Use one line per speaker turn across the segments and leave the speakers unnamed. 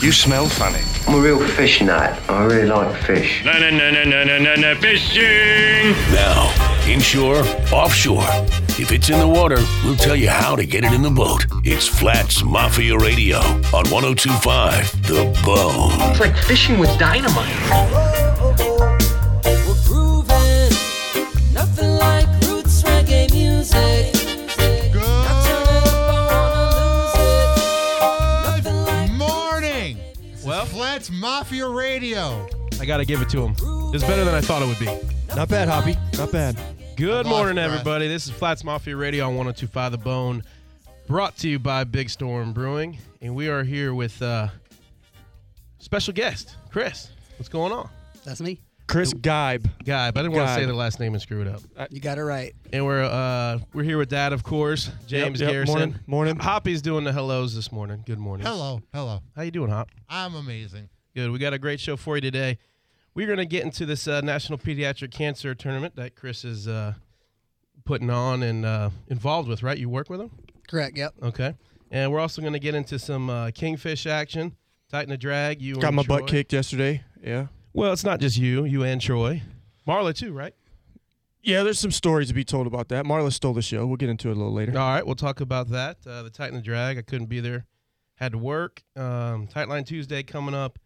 You smell funny.
I'm a real fish nut. I really like fish.
No, no, no, no, no, no, no, no, fishing!
Now, Oh, inshore, offshore. If it's in the water, we'll tell you how to get it in the boat. It's Flats Mafia Radio on 1025 The Bone.
It's like fishing with dynamite.
We're grooving, nothing like roots reggae music. I turn it up, I wanna lose it. Nothing like
Morning. Well, Flats Mafia Radio.
I gotta give it to him. It's better than I thought it would be.
Not bad, Hoppy. Not bad.
Good
lost
morning,
breath.
everybody. This is Flats Mafia Radio on 1025 The Bone, brought to you by Big Storm Brewing. And we are here with uh special guest, Chris. What's going on?
That's me.
Chris Guybe.
Guy, but I didn't want to
Guy.
say the last name and screw it up.
You got it right.
And we're uh we're here with Dad, of course, James
yep,
Garrison.
morning, morning.
Hoppy's doing the hellos this morning. Good morning.
Hello, hello.
How you doing, Hop?
I'm amazing.
Good. We got a great show for you today. We're going to get into this uh, National Pediatric Cancer Tournament that Chris is uh, putting on and uh, involved with, right? You work with him?
Correct. Yep.
Okay. And we're also going to get into some uh, kingfish action, tighten the drag. You
Got
and
my
Troy.
butt kicked yesterday. Yeah.
Well, it's not just you, you and Troy. Marla, too, right?
Yeah, there's some stories to be told about that. Marla stole the show. We'll get into it a little later.
All right. We'll talk about that. Uh, the tighten the drag. I couldn't be there, had to work. Um, Tight Line Tuesday coming up.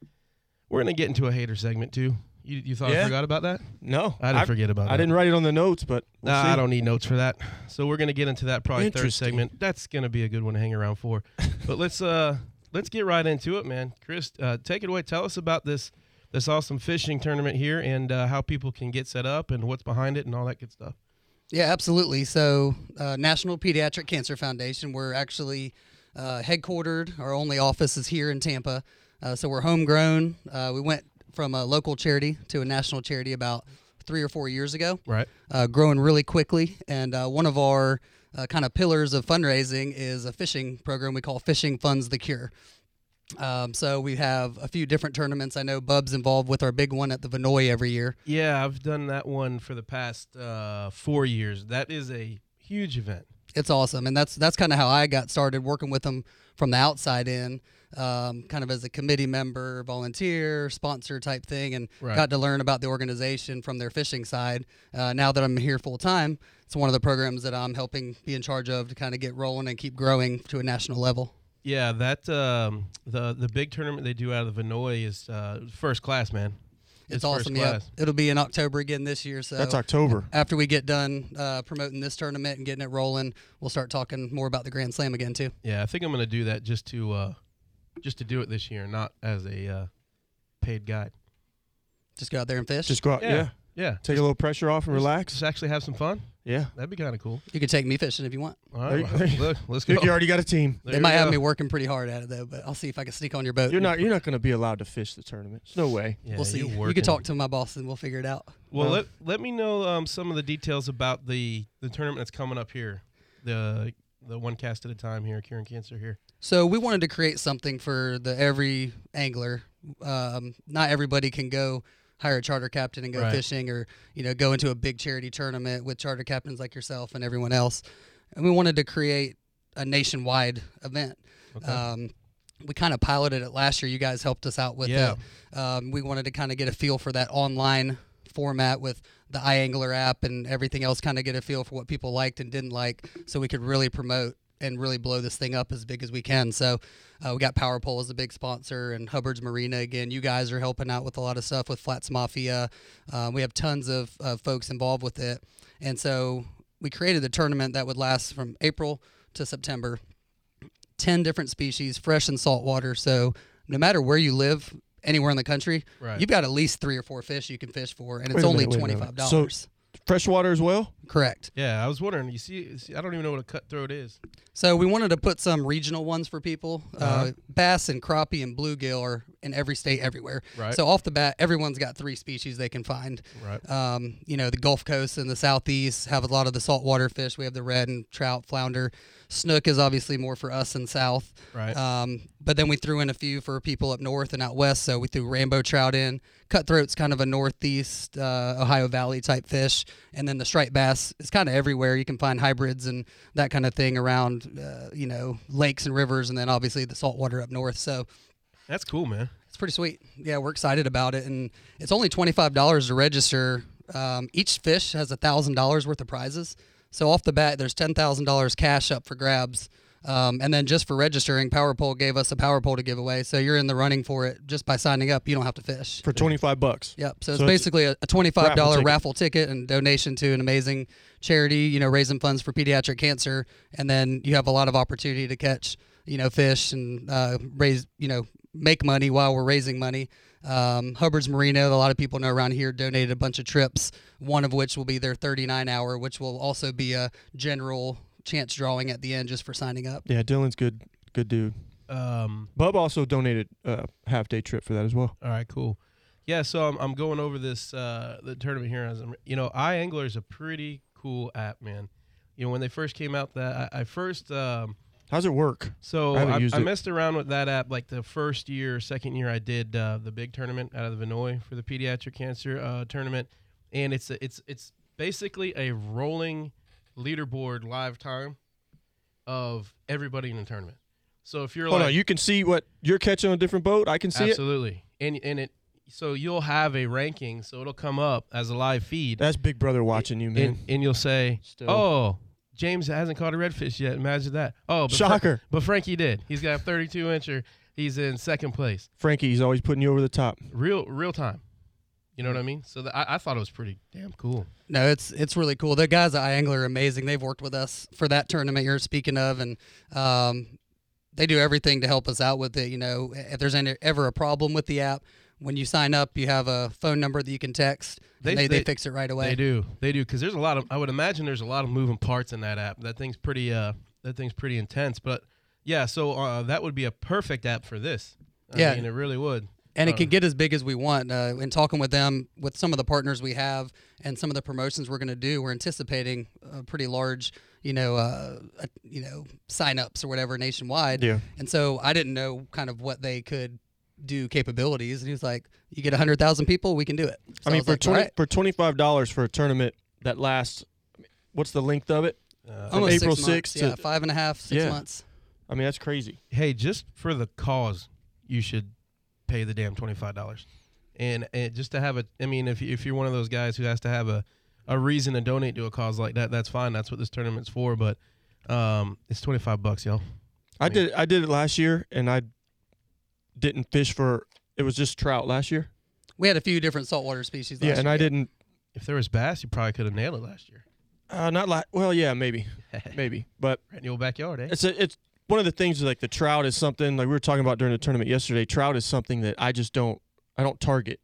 We're going to get into a hater segment, too. You, you thought I
Yeah.
forgot about that?
No,
I didn't forget about
I
that.
didn't write it on the notes, but we'll
Nah,
see.
I don't need notes for that. So we're gonna get into that probably third
Interesting.
segment. That's gonna be a good one to hang around for. but let's uh let's get right into it, man. Chris, uh, take it away. Tell us about this this awesome fishing tournament here and uh, how people can get set up and what's behind it and all that good stuff.
Yeah, absolutely. So, uh, National Pediatric Cancer Foundation, we're actually uh, headquartered. Our only office is here in Tampa. Uh, so, we're homegrown. Uh, we went from a local charity to a national charity about three or four years ago.
Right.
uh, growing really quickly. And uh, one of our uh, kind of pillars of fundraising is a fishing program we call Fishing Funds the Cure. Um, so we have a few different tournaments. I know Bub's involved with our big one at the Vinoy every year.
Yeah, I've done that one for the past uh, four years. That is a huge event.
It's awesome, and that's that's kind of how I got started working with them from the outside in, um, kind of as a committee member, volunteer, sponsor type thing, and
Right.
got to learn about the organization from their fishing side. Uh, now that I'm here full time, it's one of the programs that I'm helping be in charge of to kind of get rolling and keep growing to a national level.
Yeah, that um, the the big tournament they do out of Vinoy is uh, first class, man.
It's, awesome. Yeah, it'll be in October again this year. So
That's October.
After we get done uh, promoting this tournament and getting it rolling, we'll start talking more about the Grand Slam again too.
Yeah, I think I'm gonna do that just to uh, just to do it this year, not as a uh, paid guide.
Just go out there and fish.
Just go out. Yeah.
yeah.
Take a little pressure off and relax.
Just actually have some fun.
Yeah.
That'd be kind of cool.
you can take me fishing if you want.
All
There
right,
you-
well,
there you-
look, let's go.
You already got a team.
There
They
you
might have
go.
me working pretty hard at it though, but I'll see if I can sneak on your boat.
You're not. You're not going to be allowed to fish the tournament. There's no way.
Yeah,
we'll see.
You,
You
working.
can talk to my boss and we'll figure it out.
Well, let let me know um, some of the details about the the tournament that's coming up here. The the one cast at a time here, curing cancer here.
So we wanted to create something for the every angler. Um, not everybody can go hire a charter captain and go
Right.
fishing, or you know, go into a big charity tournament with charter captains like yourself and everyone else. And we wanted to create a nationwide event. Um, we kind of piloted it last year. You guys helped us out with
Yeah.
it. Um, we wanted to kind of get a feel for that online format with the iAngler app and everything else, kind of get a feel for what people liked and didn't like, so we could really promote and really blow this thing up as big as we can. So uh, we got Power Pole as a big sponsor and Hubbard's Marina again. You guys are helping out with a lot of stuff with Flats Mafia. Um, we have tons of uh, folks involved with it, and so we created the tournament that would last from April to September. 10 different species, fresh and saltwater. So no matter where you live, anywhere in the country,
Right.
you've got at least three or four fish you can fish for, and
Wait
it's
a
only
minute, wait a
$25.
minute. Freshwater as well.
Correct.
Yeah, I was wondering. You see, see, I don't even know what a cutthroat is.
So we wanted to put some regional ones for people. uh
Uh-huh.
bass and crappie and bluegill are in every state, everywhere.
Right.
So off the bat, everyone's got three species they can find.
Right.
Um, you know, the Gulf Coast and the Southeast have a lot of the saltwater fish. We have the red and trout, flounder. Snook is obviously more for us in South.
Right.
Um, but then we threw in a few for people up north and out west. So we threw rainbow trout in. Cutthroat's kind of a northeast uh, Ohio Valley type fish. And then the striped bass is kind of everywhere. You can find hybrids and that kind of thing around, uh, you know, lakes and rivers. And then obviously the saltwater up north. So
That's cool, man.
It's pretty sweet. Yeah, we're excited about it, and it's only twenty five dollars to register. Um, each fish has a thousand dollars worth of prizes. So off the bat, there's ten thousand dollars cash up for grabs, um, and then just for registering, Power Pole gave us a Power Pole to give away. So you're in the running for it just by signing up. You don't have to fish.
for 25 bucks.
Yep. So,
So
it's
it's
basically a, a twenty-five
raffle
dollar
ticket.
raffle ticket and donation to an amazing charity. You know, raising funds for pediatric cancer, and then you have a lot of opportunity to catch, you know, fish and uh, raise, you know, make money while we're raising money. Um, Hubbard's Marina, that a lot of people know around here, donated a bunch of trips. One of which will be their thirty-nine hour, which will also be a general chance drawing at the end just for signing up.
Yeah, Dylan's good, good dude.
Um,
Bub also donated a half day trip for that as well.
all right, cool. Yeah, so I'm, I'm going over this uh, the tournament here. As I'm, you know, iAngler is a pretty cool app, man. You know, when they first came out, that I, I first um,
How's it work?
So
I haven't
I,
used
I
it.
messed around with that app like the first year, second year I did uh, the big tournament out of the Vinoy for the pediatric cancer uh, tournament, and it's a, it's it's basically a rolling leaderboard live time of everybody in the tournament. So if you're
Hold
like
on, you can see what you're catching on a different boat. I can see it.
absolutely and and it so you'll have a ranking, so it'll come up as a live feed,
That's Big Brother watching you, man.
and, and you'll say,
Still.
oh. James hasn't caught a redfish yet. Imagine that. Oh, but Fra-
Shocker.
but Frankie did. He's got a 32 incher. He's in second place.
Frankie, he's always putting you over the top.
real real time. You know what I mean? So th- I, I thought it was pretty damn cool.
No, it's it's really cool. The guys at iAngler are amazing. They've worked with us for that tournament you're speaking of, and um, they do everything to help us out with it. You know, if there's any, ever a problem with the app, when you sign up, you have a phone number that you can text. and
They-
They, they,
they-
fix it right away.
They do, they do, because there's a lot of. I would imagine there's a lot of moving parts in that app. That thing's pretty. Uh, that thing's pretty intense. But yeah, so uh, that would be a perfect app for this. I
Yeah.
mean, it really would.
and
Uh,
it can get as big as we want. Uh, in talking with them, with some of the partners we have and some of the promotions we're going to do, we're anticipating a pretty large, you know, uh, uh, you know, signups or whatever nationwide.
Yeah.
And so I didn't know kind of what they could do capabilities, and he was like, "You get hundred thousand people, we can do it." So
I mean,
was
for
like,
twenty
"All right."
for twenty five dollars for a tournament that lasts, what's the length of it? From
Almost
April
six months,
sixth
yeah,
to.
five and a half, six
Yeah.
months.
I mean, that's crazy.
hey, just for the cause, you should pay the damn twenty five dollars, and and just to have a. I mean, if you- if you're one of those guys who has to have a a reason to donate to a cause like that, that's fine. That's what this tournament's for. But um, it's twenty five bucks, y'all.
I did I did it last year, and I didn't fish for. It was just trout last year.
We had a few different saltwater species.
yeah,
last
and
year.
I didn't.
If there was bass, you probably could have nailed it last year.
Uh, not like. Well, yeah, maybe, maybe, but
Right in your backyard, eh?
it's a, it's one of the things like the trout is something like we were talking about during the tournament yesterday. Trout is something that I just don't I don't target.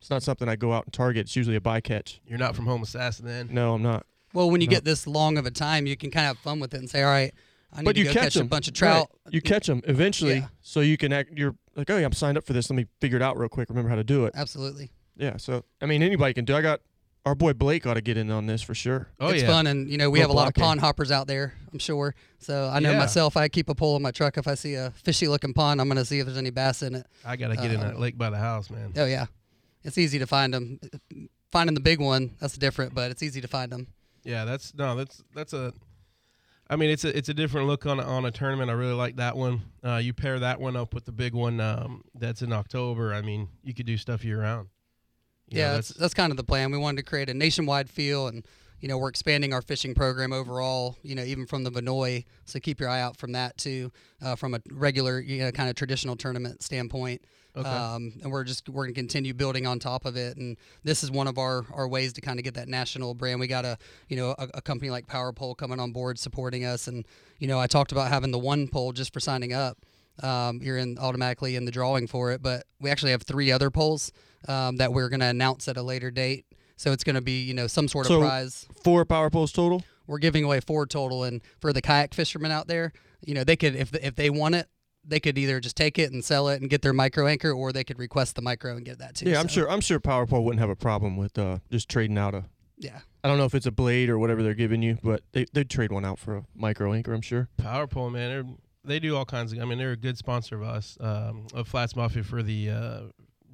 It's not something I go out and target. It's usually a bycatch.
You're not from home assassin then.
No, I'm not.
Well, when you get this long of a time, you can kind of have fun with it and say, "All right, I need
but
to
you
go
catch
catch,
them.
a bunch of trout."
You catch them eventually,
Yeah.
so you can act. You're like, oh, yeah, I'm signed up for this. Let me figure it out real quick. Remember how to do it.
Absolutely.
Yeah. So I mean, anybody can do. I got our boy Blake ought to get in on this for sure.
Oh
it's
yeah.
fun, and you know we
Little
have a lot of
blocking.
pond hoppers out there. I'm sure. So I know
Yeah.
myself, I keep a pole in my truck. If I see a fishy looking pond, I'm gonna see if there's any bass in it.
I gotta get in that lake by the house, man.
Oh yeah, it's easy to find them. Finding the big one that's different, but it's easy to find them.
Yeah, that's no, that's that's a. I mean, it's a it's a different look on a, on a tournament. I really like that one. Uh, you pair that one up with the big one um, that's in October. I mean, you could do stuff year round. You know,
yeah, that's, that's kind of the plan. We wanted to create a nationwide feel, and you know we're expanding our fishing program overall. You know, even from the Vinoy, so keep your eye out from that too, uh, from a regular, you know, kind of traditional tournament standpoint. Okay. Um, and we're just we're gonna continue building on top of it, and this is one of our our ways to kind of get that national brand. We got a you know a, a company like Power Pole coming on board supporting us, and you know I talked about having the one pole just for signing up um, you're in automatically in the drawing for it. But we actually have three other polls um, that we're going to announce at a later date. So it's going to be you know some sort of
So-
prize.
Four power poles total.
We're giving away four total, and for the kayak fishermen out there, you know they could if if they want it. They could either just take it and sell it and get their micro anchor, or they could request the micro and get that too.
Yeah, I'm
So,
sure. I'm sure power pole wouldn't have a problem with uh, just trading out a.
Yeah,
I don't know if it's a blade or whatever they're giving you, but they they'd trade one out for a micro anchor. I'm sure.
Power pole, man. They're, they do all kinds of. I mean, they're a good sponsor of us, um, of Flats Mafia for the uh,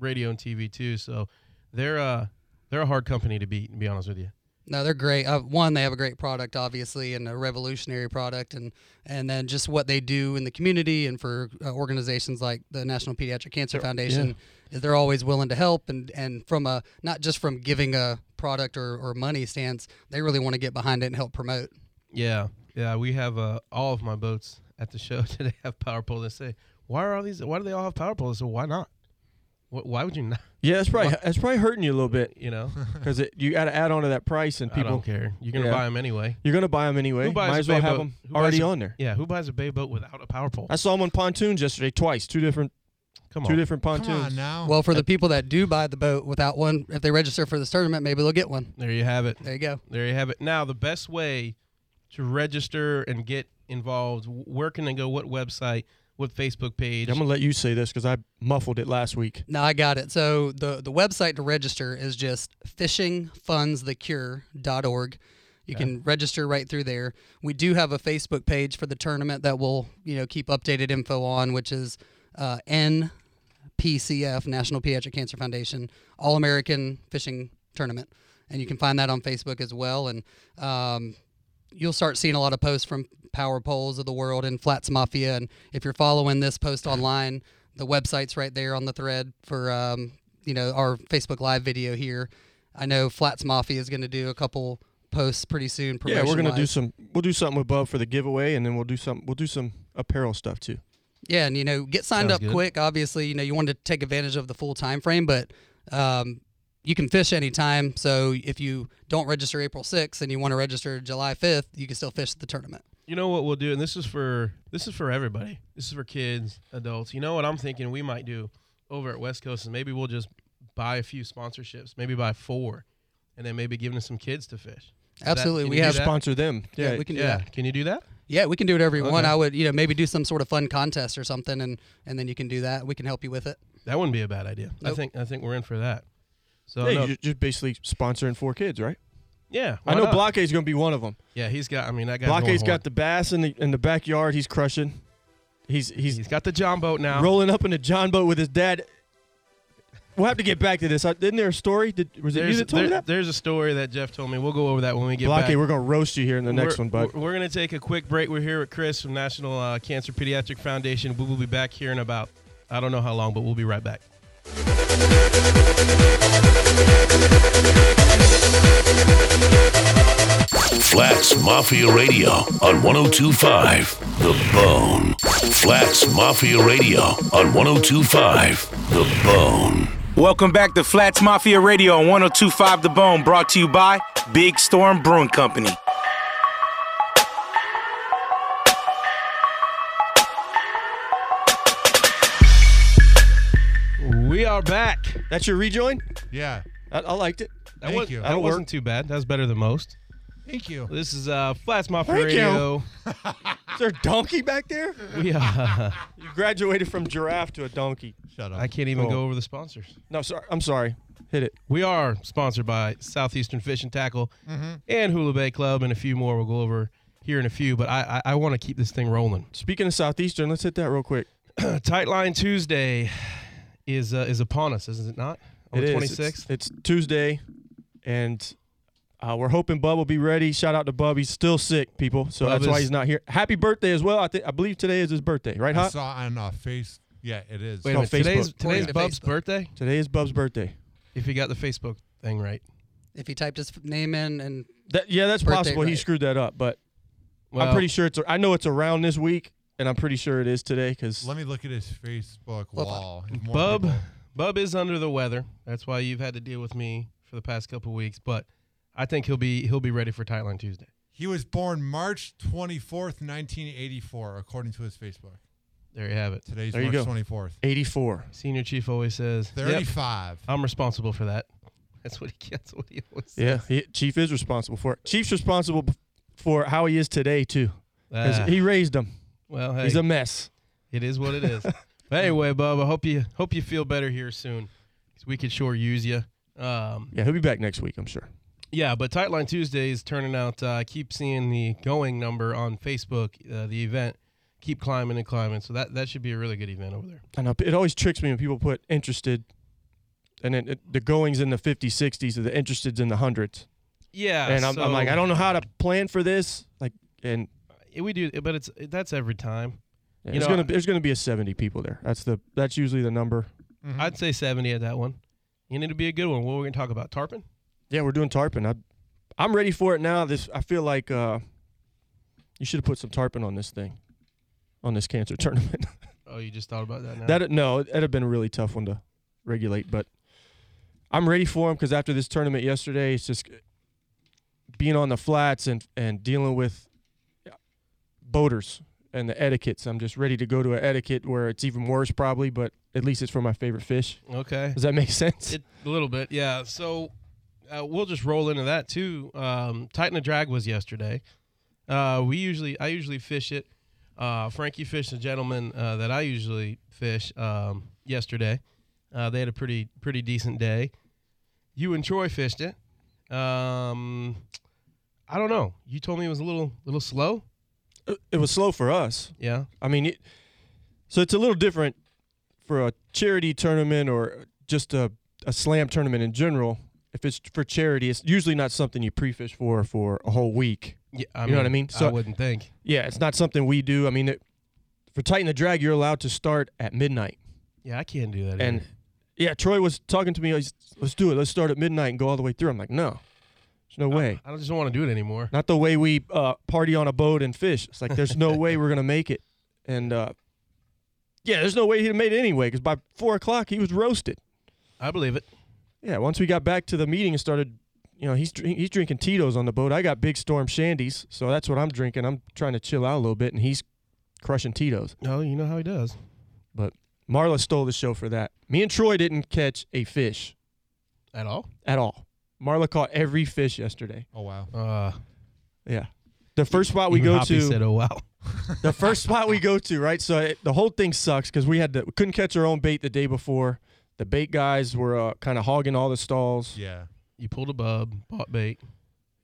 radio and TV too. So they're uh, they're a hard company to beat. To be honest with you,
No, they're great. Uh, one, they have a great product, obviously, and a revolutionary product, and and then just what they do in the community and for uh, organizations like the National Pediatric Cancer Foundation, is they're always willing to help, and and from a not just from giving a product or, or money stance, they really want to get behind it and help promote.
Yeah, yeah. We have uh, all of my boats at the show today have power poles. They say, why are all these? Why do they all have power poles? So why not? Wh- Why would you not?
Yeah, that's probably that's probably hurting you a little bit
You know,
because you got to add on to that price, and
people
people
don't care. You're gonna 'em
Yeah.
buy them anyway.
You're gonna buy them anyway.
Who buys
Might
a
as well
bay
have
boat?
them
Who buys
already
a-
on there.
Yeah, who buys a bay boat without a power pole?
I saw them on pontoons yesterday twice. Two different
Come
two
on.
different pontoons.
Come on now.
Well, for the people that do buy the boat without one, if they register for this tournament, maybe they'll get one.
There you have it.
There you go.
There you have it. Now, the best way to register and get involved, w- where can they go? What website? What Facebook page?
I'm gonna let you say this because I muffled it last week.
No, I got it. So the the website to register is just fishingfundsthecure.org. You can register right through there. We do have a Facebook page for the tournament that we'll you know keep updated info on, which is uh, NPCF National Pediatric Cancer Foundation All American Fishing Tournament, and you can find that on Facebook as well. And um, you'll start seeing a lot of posts from power poles of the world and flats mafia and if you're following this post online the website's right there on the thread for um, you know our facebook live video here i know flats mafia is going to do a couple posts pretty soon
Yeah, we're gonna do
promotion-wise.
some. We'll do something with Bub for the giveaway, and then we'll do some. We'll do some apparel stuff too.
Yeah, and you know, get signed
Sounds
up
good.
quick. Obviously, you know, you want to take advantage of the full time frame, but um, you can fish anytime. So if you don't register April 6th and you want to register July 5th, you can still fish the tournament.
You know what we'll do, and this is for this is for everybody. This is for kids, adults. You know what I'm thinking? We might do over at West Coast, and maybe we'll just buy a few sponsorships, maybe buy four, and then maybe give them to some kids to fish. Is that-
Absolutely,
can
we
you do
have-
that?
Sponsor them. Yeah,
we can do
Yeah,
that.
can you do that?
Yeah, we can do whatever you want.
Okay.
I would, you know, maybe do some sort of fun contest or something, and and then you can do that. We can help you with it.
That wouldn't be a bad idea. I
Nope.
think I think we're in for that. So
yeah,
no-
you're just basically sponsoring four kids, right?
yeah,
I
why
know
not?
Blockade's gonna be one of them.
Yeah, he's got. I mean, that guy.
Blockade's got the bass in the in the backyard. He's crushing. He's he's,
He's got the John boat now.
rolling up in a John boat with his dad. We'll have to get back to this. I, isn't there a story? Did, was it you
There's,
that told me
there-
that?
there's a story that Jeff told me. We'll go over that when we get back.
Blockade, we're gonna roast you here in the next
we're,
one, bud.
We're, we're going to take a quick break. We're here with Chris from National uh, Cancer Pediatric Foundation. We will be back here in about, I don't know how long, but we'll be right back.
Flats Mafia Radio on 1025 The Bone. Flats Mafia Radio on 1025 The Bone.
Welcome back to Flats Mafia Radio on 1025 The Bone, brought to you by Big Storm Brewing Company.
We are back.
That's your rejoin.
yeah.
I, I liked it.
That,
Thank
was,
you.
that
That'll
wasn't
work.
too bad. That was better than most.
Thank you.
This is uh, Flats Mafia
Thank you.
Radio.
Is there a donkey back there?
We, uh,
You graduated from giraffe to a donkey.
Shut up.
I can't even
Cool.
go over the sponsors.
No, sorry. I'm sorry. Hit it.
We are sponsored by Southeastern Fish and Tackle
Mm-hmm.
and Hula Bay Club and a few more we'll go over here in a few, but I, I, I want to keep this thing rolling.
Speaking of Southeastern, let's hit that real quick.
Tight Line Tuesday is uh, is upon us, isn't it not? On
It
the
is.
26th?
It's, it's Tuesday, and uh, we're hoping Bub will be ready. Shout out to Bub. He's still sick, people, so
Bub
that's why
is-
he's not here. Happy birthday as well. I think I believe today is his birthday, right?
I
Huh?
saw on uh, face. Yeah, it is.
Wait a
on
minute. Today's,
Facebook.
today's
According to
Bub's
Facebook.
birthday?
Today is Bub's birthday.
If he got the Facebook thing right.
If you typed his name in, and
That yeah, that's
Birthday,
possible. He
right.
screwed that up, but
Well,
I'm pretty sure it's. I know it's around this week, and I'm pretty sure it is today because
Let me look at his Facebook wall. There's more
Bub,
people.
Bub is under the weather. That's why you've had to deal with me for the past couple weeks, but I think he'll be he'll be ready for Tight Line Tuesday.
He was born March 24th, 1984, according to his Facebook.
There you have it.
Today's
There you
March
go.
24th.
84.
Senior Chief always says, "Yep,
35.
I'm responsible for that." That's what he gets. What he always says.
Yeah, he, Chief is responsible for it. Chief's responsible b- for how he is today too, 'cause
Ah,
he raised him.
well, hey,
He's a mess.
it is what it is. but anyway, Bub, I hope you hope you feel better here soon. 'cause we could sure use you. Um,
Yeah, he'll be back next week, I'm sure.
Yeah, but Tight Line Tuesday is turning out. uh, I keep seeing the going number on Facebook. Uh, the event keep climbing and climbing. So that that should be a really good event over there.
I know it always tricks me when people put interested, and then it, the goings in the 50s, 60s, and the interesteds in the hundreds.
Yeah,
and I'm, I'm like,
so-
I don't know how to plan for this. Like, and
Yeah, we do, but it's that's every time.
yeah,
you
it's
know,
gonna be, there's gonna be a 70 people there. That's the that's usually the number.
I'd say seventy at that one. You need to be a good one. What we're gonna talk about? Tarpon.
Yeah, we're doing tarpon. I, I'm ready for it now. This I feel like uh, you should have put some tarpon on this thing, on this cancer tournament.
Oh, you just thought about that now.
that no, that'd have been a really tough one to regulate, but I'm ready for them because after this tournament yesterday, it's just being on the flats and and dealing with boaters and the etiquettes. I'm just ready to go to an etiquette where it's even worse probably, but at least it's for my favorite fish.
okay.
Does that make sense?
It, a little bit, yeah. So uh, we'll just roll into that too. Um, Titan of Drag was yesterday. Uh, we usually, I usually fish it. Uh, Frankie fished a gentleman uh, that I usually fish um, yesterday. Uh, they had a pretty pretty decent day. You and Troy fished it. Um, I don't know. You told me it was a little little slow.
it was slow for us.
Yeah.
I mean, it, so it's a little different for a charity tournament or just a, a slam tournament in general. If it's for charity, it's usually not something you pre-fish for for a whole week.
Yeah.
You know what I mean?
I
So-
wouldn't think.
Yeah, it's not something we do. I mean, it, for Titan the Drag, you're allowed to start at midnight.
Yeah, I can't do that.
And
either.
yeah, Troy was talking to me. He's, Let's do it. Let's start at midnight and go all the way through. I'm like, no, there's no way.
I don't just don't want to do it anymore.
Not the way we uh, party on a boat and fish. It's like there's no way we're gonna make it. And uh, yeah, there's no way he'd have made it anyway. Because by four o'clock he was roasted.
I believe it.
Yeah, once we got back to the meeting and started, you know, he's dr- he's drinking Tito's on the boat. I got Big Storm Shandies, so that's what I'm drinking. I'm trying to chill out a little bit, and he's crushing Tito's.
No, you know how he does.
But Marla stole the show for that. Me and Troy didn't catch a fish
At all?
at all. Marla caught every fish yesterday.
Oh wow.
Uh,
Yeah, the first spot we
even
go
Hoppy
to.
said, "Oh wow."
the first spot we go to, right? So it, the whole thing sucks because we had to, we couldn't catch our own bait the day before. The bait guys were uh, kind of hogging all the stalls. Yeah.
Yeah.
You pulled a bub, bought bait.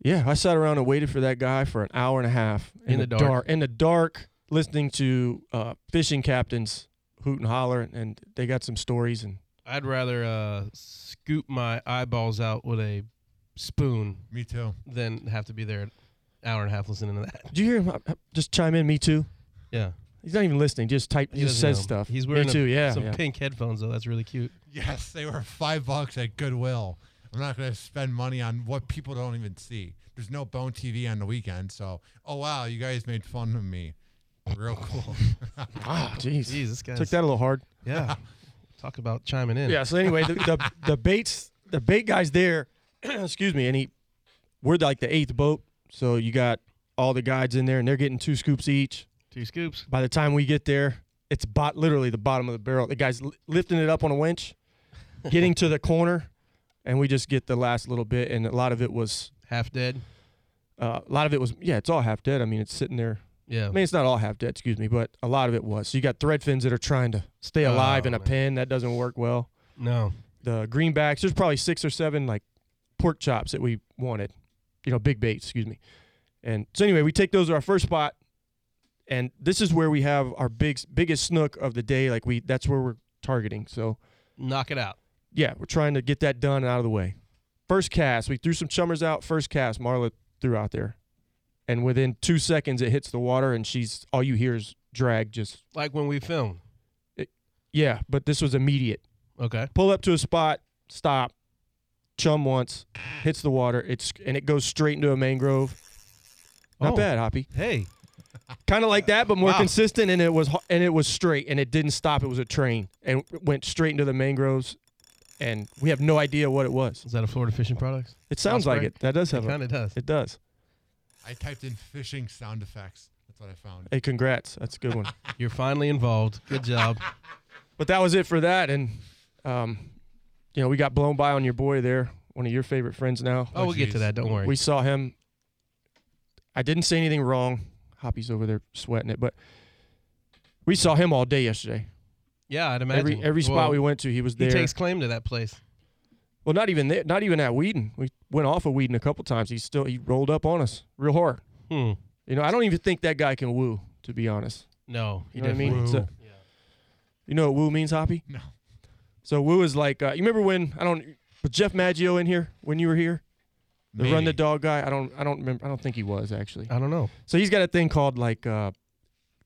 I sat around and waited for that guy for an hour and a half
In the dark.
in the dark, listening to uh, fishing captains hoot and holler, and they got some stories. And
I'd rather uh, scoop my eyeballs out with a spoon
Me too.
than have to be there an hour and a half listening to that.
did you hear him? uh, Just chime in. Me too.
Yeah,
He's not even listening. Just type. He, just
doesn't
says
know.
stuff.
He's wearing
me
a-
too. Yeah.
some
yeah.
pink headphones though. That's really cute.
Yes, they were five bucks at Goodwill. I'm not going to spend money on what people don't even see. There's no Bone TV on the weekend, so oh wow, you guys made fun of me. Real cool.
Ah, jeez.
Jeez, this guy's
Took that a little hard.
Yeah, talk about chiming in.
Yeah. So anyway, the, the the baits the bait guys there, excuse me, and he we're like the eighth boat, so you got all the guides in there, and they're getting two scoops each.
two scoops.
By the time we get there, it's bot literally the bottom of the barrel. The guys li- lifting it up on a winch, getting to the corner, and we just get the last little bit, and a lot of it was.
Half dead.
Uh, a lot of it was, yeah, it's all half dead. I mean, it's sitting there.
Yeah.
I mean, it's not all half dead, excuse me, but a lot of it was. So you got thread fins that are trying to stay alive
Oh,
in a
man.
pen. That doesn't work well
No.
the greenbacks. There's probably six or seven like pork chops that we wanted, you know, big baits, excuse me. And so anyway, we take those to our first spot, and this is where we have our big biggest snook of the day. Like we, that's where we're targeting. So
Knock it out.
yeah, we're trying to get that done and out of the way. First cast, we threw some chummers out. First cast, Marla threw out there, and within two seconds, it hits the water, and she's all you hear is drag. Just
Like when we film.
yeah, but this was immediate.
Okay.
pull up to a spot, stop, chum once, hits the water, it's and it goes straight into a mangrove. Not
Oh.
bad, Hoppy.
Hey.
Kind of like that, but more
Wow.
consistent. And it was ho- and it was straight, and it didn't stop. It was a train, and it went straight into the mangroves. And we have no idea what it was.
Is that a Florida Fishing Products?
It sounds like
Osprey?
it. That does
It
have
kind
a,
of does.
it does.
I typed in fishing sound effects. That's what I found.
Hey, congrats. That's a good one.
You're finally involved. Good job.
but that was it for that. And um, you know, we got blown by on your boy there, one of your favorite friends now.
Oh, we'll get to
jeez.
that. Don't worry.
We saw him. I didn't say anything wrong. Hoppy's over there sweating it, but we saw him all day yesterday.
yeah, I'd imagine
Every every spot
Well,
we went to, he was
He
there.
takes claim to that place.
well, not even there, not even at Whedon. We went off of Whedon a couple times. He still he rolled up on us real hard.
Hmm.
You know, I don't even think that guy can woo, to be honest.
No, he
You know what I
definitely.
mean? So- You know what woo means, Hoppy?
No.
So woo is like uh, you remember when I don't was Jeff Maggio in here when you were here? The run the
Maybe.
dog guy. I don't. I don't remember. I don't think he was actually.
I don't know.
So he's got a thing called like, uh,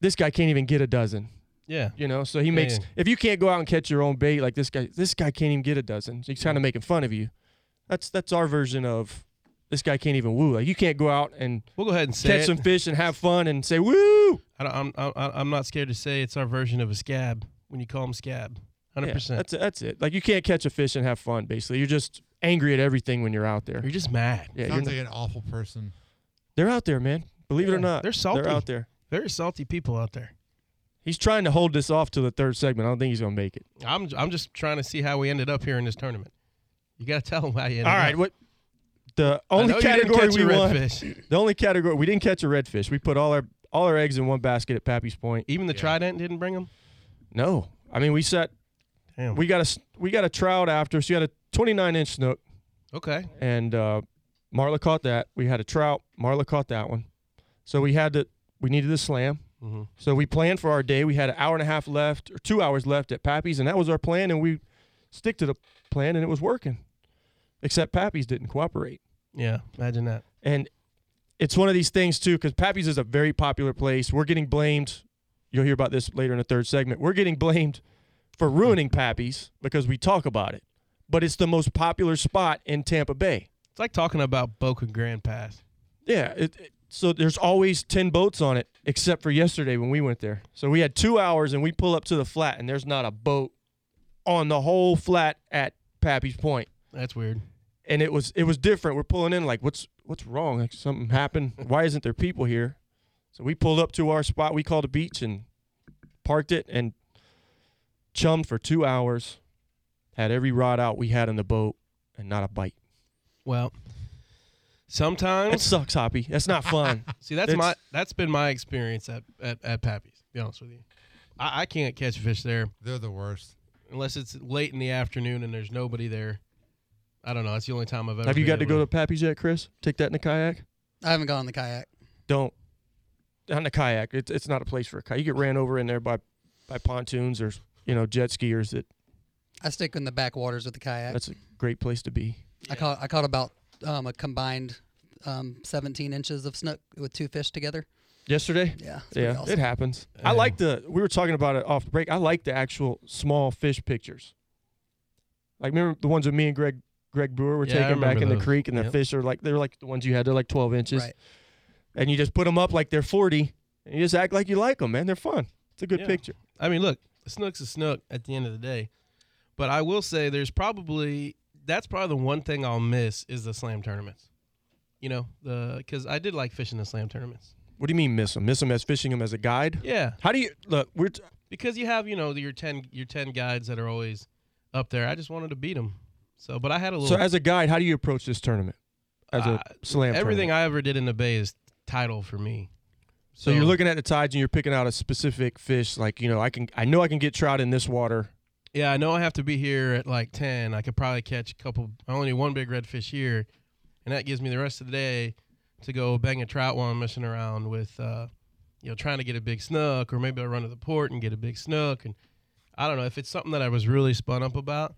this guy can't even get a dozen.
Yeah.
You know, so he makes
yeah.
if you can't go out and catch your own bait, like this guy, this guy can't even get a dozen. So he's kind of making fun of you. That's that's our version of this guy can't even woo. Like you can't go out and
We'll go ahead and say
catch
it.
some fish and have fun and say woo.
I don't, I'm, I'm I'm not scared to say it's our version of a scab when you call him scab. Hundred
Yeah,
percent.
That's it, that's it. Like you can't catch a fish and have fun. Basically, you're just angry at everything when you're out there.
You're just mad.
yeah, you're
Sounds
not-
like an awful person.
they're out there, man. Believe it
Yeah,
or not,
they're salty.
They're out there.
Very salty people out there.
He's trying to hold this off to the third segment. I don't think he's gonna make it.
I'm I'm just trying to see how we ended up here in this tournament. You got to tell them how you ended
All
up.
right, what? The
I
only
know you didn't
category
catch
we
a
won.
redfish.
The only category we didn't catch a redfish. We put all our all our eggs in one basket at Pappy's Point.
Even the trident didn't bring them.
No, I mean we set
Damn.
we got a s- we got a trout after. So you had a 29 inch snook,
okay.
and uh, Marla caught that. We had a trout. Marla caught that one. So we had to we needed a slam.
Mhm.
So we planned for our day. We had an hour and a half left or two hours left at Pappy's, and that was our plan. And we stick to the plan, and it was working. Except Pappy's didn't cooperate.
Yeah. Imagine that.
And it's one of these things too, because Pappy's is a very popular place. We're getting blamed. You'll hear about this later in the third segment. We're getting blamed for ruining Pappy's because we talk about it. But it's the most popular spot in Tampa Bay.
It's like talking about Boca Grand Pass.
Yeah. It, it- so there's always 10 boats on it, except for yesterday when we went there. So we had two hours and we pull up to the flat, and there's not a boat on the whole flat at Pappy's Point.
That's weird.
and it was it was different. We're pulling in like what's what's wrong? Like something happened. Why isn't there people here? So we pulled up to our spot. We called a beach and parked it and chummed for two hours. Had every rod out we had in the boat and not a bite.
Well,
That
sometimes
sucks, Hoppy. That's not fun.
see that's
it's-
my that's been my experience at at, at Pappy's. To be honest with you, I, I can't catch fish there
They're the worst.
unless it's late in the afternoon and there's nobody there. I don't know. It's the only time I've ever.
Have you
been
got to
able
go to Pappy's yet, Chris? Take that in a kayak?
I haven't gone on the kayak.
Don't. Not in a kayak. It's it's not a place for a kayak. You get ran over in there by by pontoons or you know jet skiers. That
I stick in the backwaters with the kayak.
that's a great place to be.
I caught I caught about um, a combined um, 17 inches of snook with two fish together.
Yesterday?
Yeah, it's pretty
Yeah,
awesome.
it happens. I like the. We were talking about it off the break. I like the actual small fish pictures. Like remember the ones with me and Greg Greg Brewer were
Yeah, I
taking back
remember
in the
those.
creek, and the
Yep.
fish are like they're like the ones you had. They're like twelve inches,
Right.
and you just put them up like they're forty, and you just act like you like them, man. They're fun. It's a good
Yeah.
picture.
I mean, look, a snook's a snook at the end of the day. But I will say there's probably that's probably the one thing I'll miss is the slam tournaments. You know, the because I did like fishing the slam tournaments.
What do you mean miss them? Miss them as fishing them as a guide?
Yeah,
How do you look? We're t-
because you have you know your ten your ten guides that are always up there. I just wanted to beat them. So, but I had a little
so as a guide. How do you approach this tournament? As a
Uh,
slam.
everything
tournament?
I ever did in the bay is title for me.
So you're looking at the tides and you're picking out a specific fish. Like you know, I can I know I can get trout in this water.
Yeah, I know I have to be here at like ten. I could probably catch a couple. I only need one big redfish here, and that gives me the rest of the day to go bang a trout while I'm messing around with, uh, you know, trying to get a big snook, or maybe I run to the port and get a big snook. And I don't know if it's something that I was really spun up about.